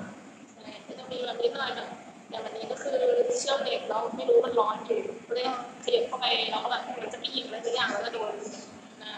[SPEAKER 2] ก็จะมีแบบนิดหน่อยแบบแต่วันนี้ก็คือเชื่อมเหล็กแล้วไม่รู้มันร้อนอยู่เลยขยับเข้าไปแล้วก็แบบมันจะไม่หยิบอะไรสักอย่างแล้วก็โดนนะ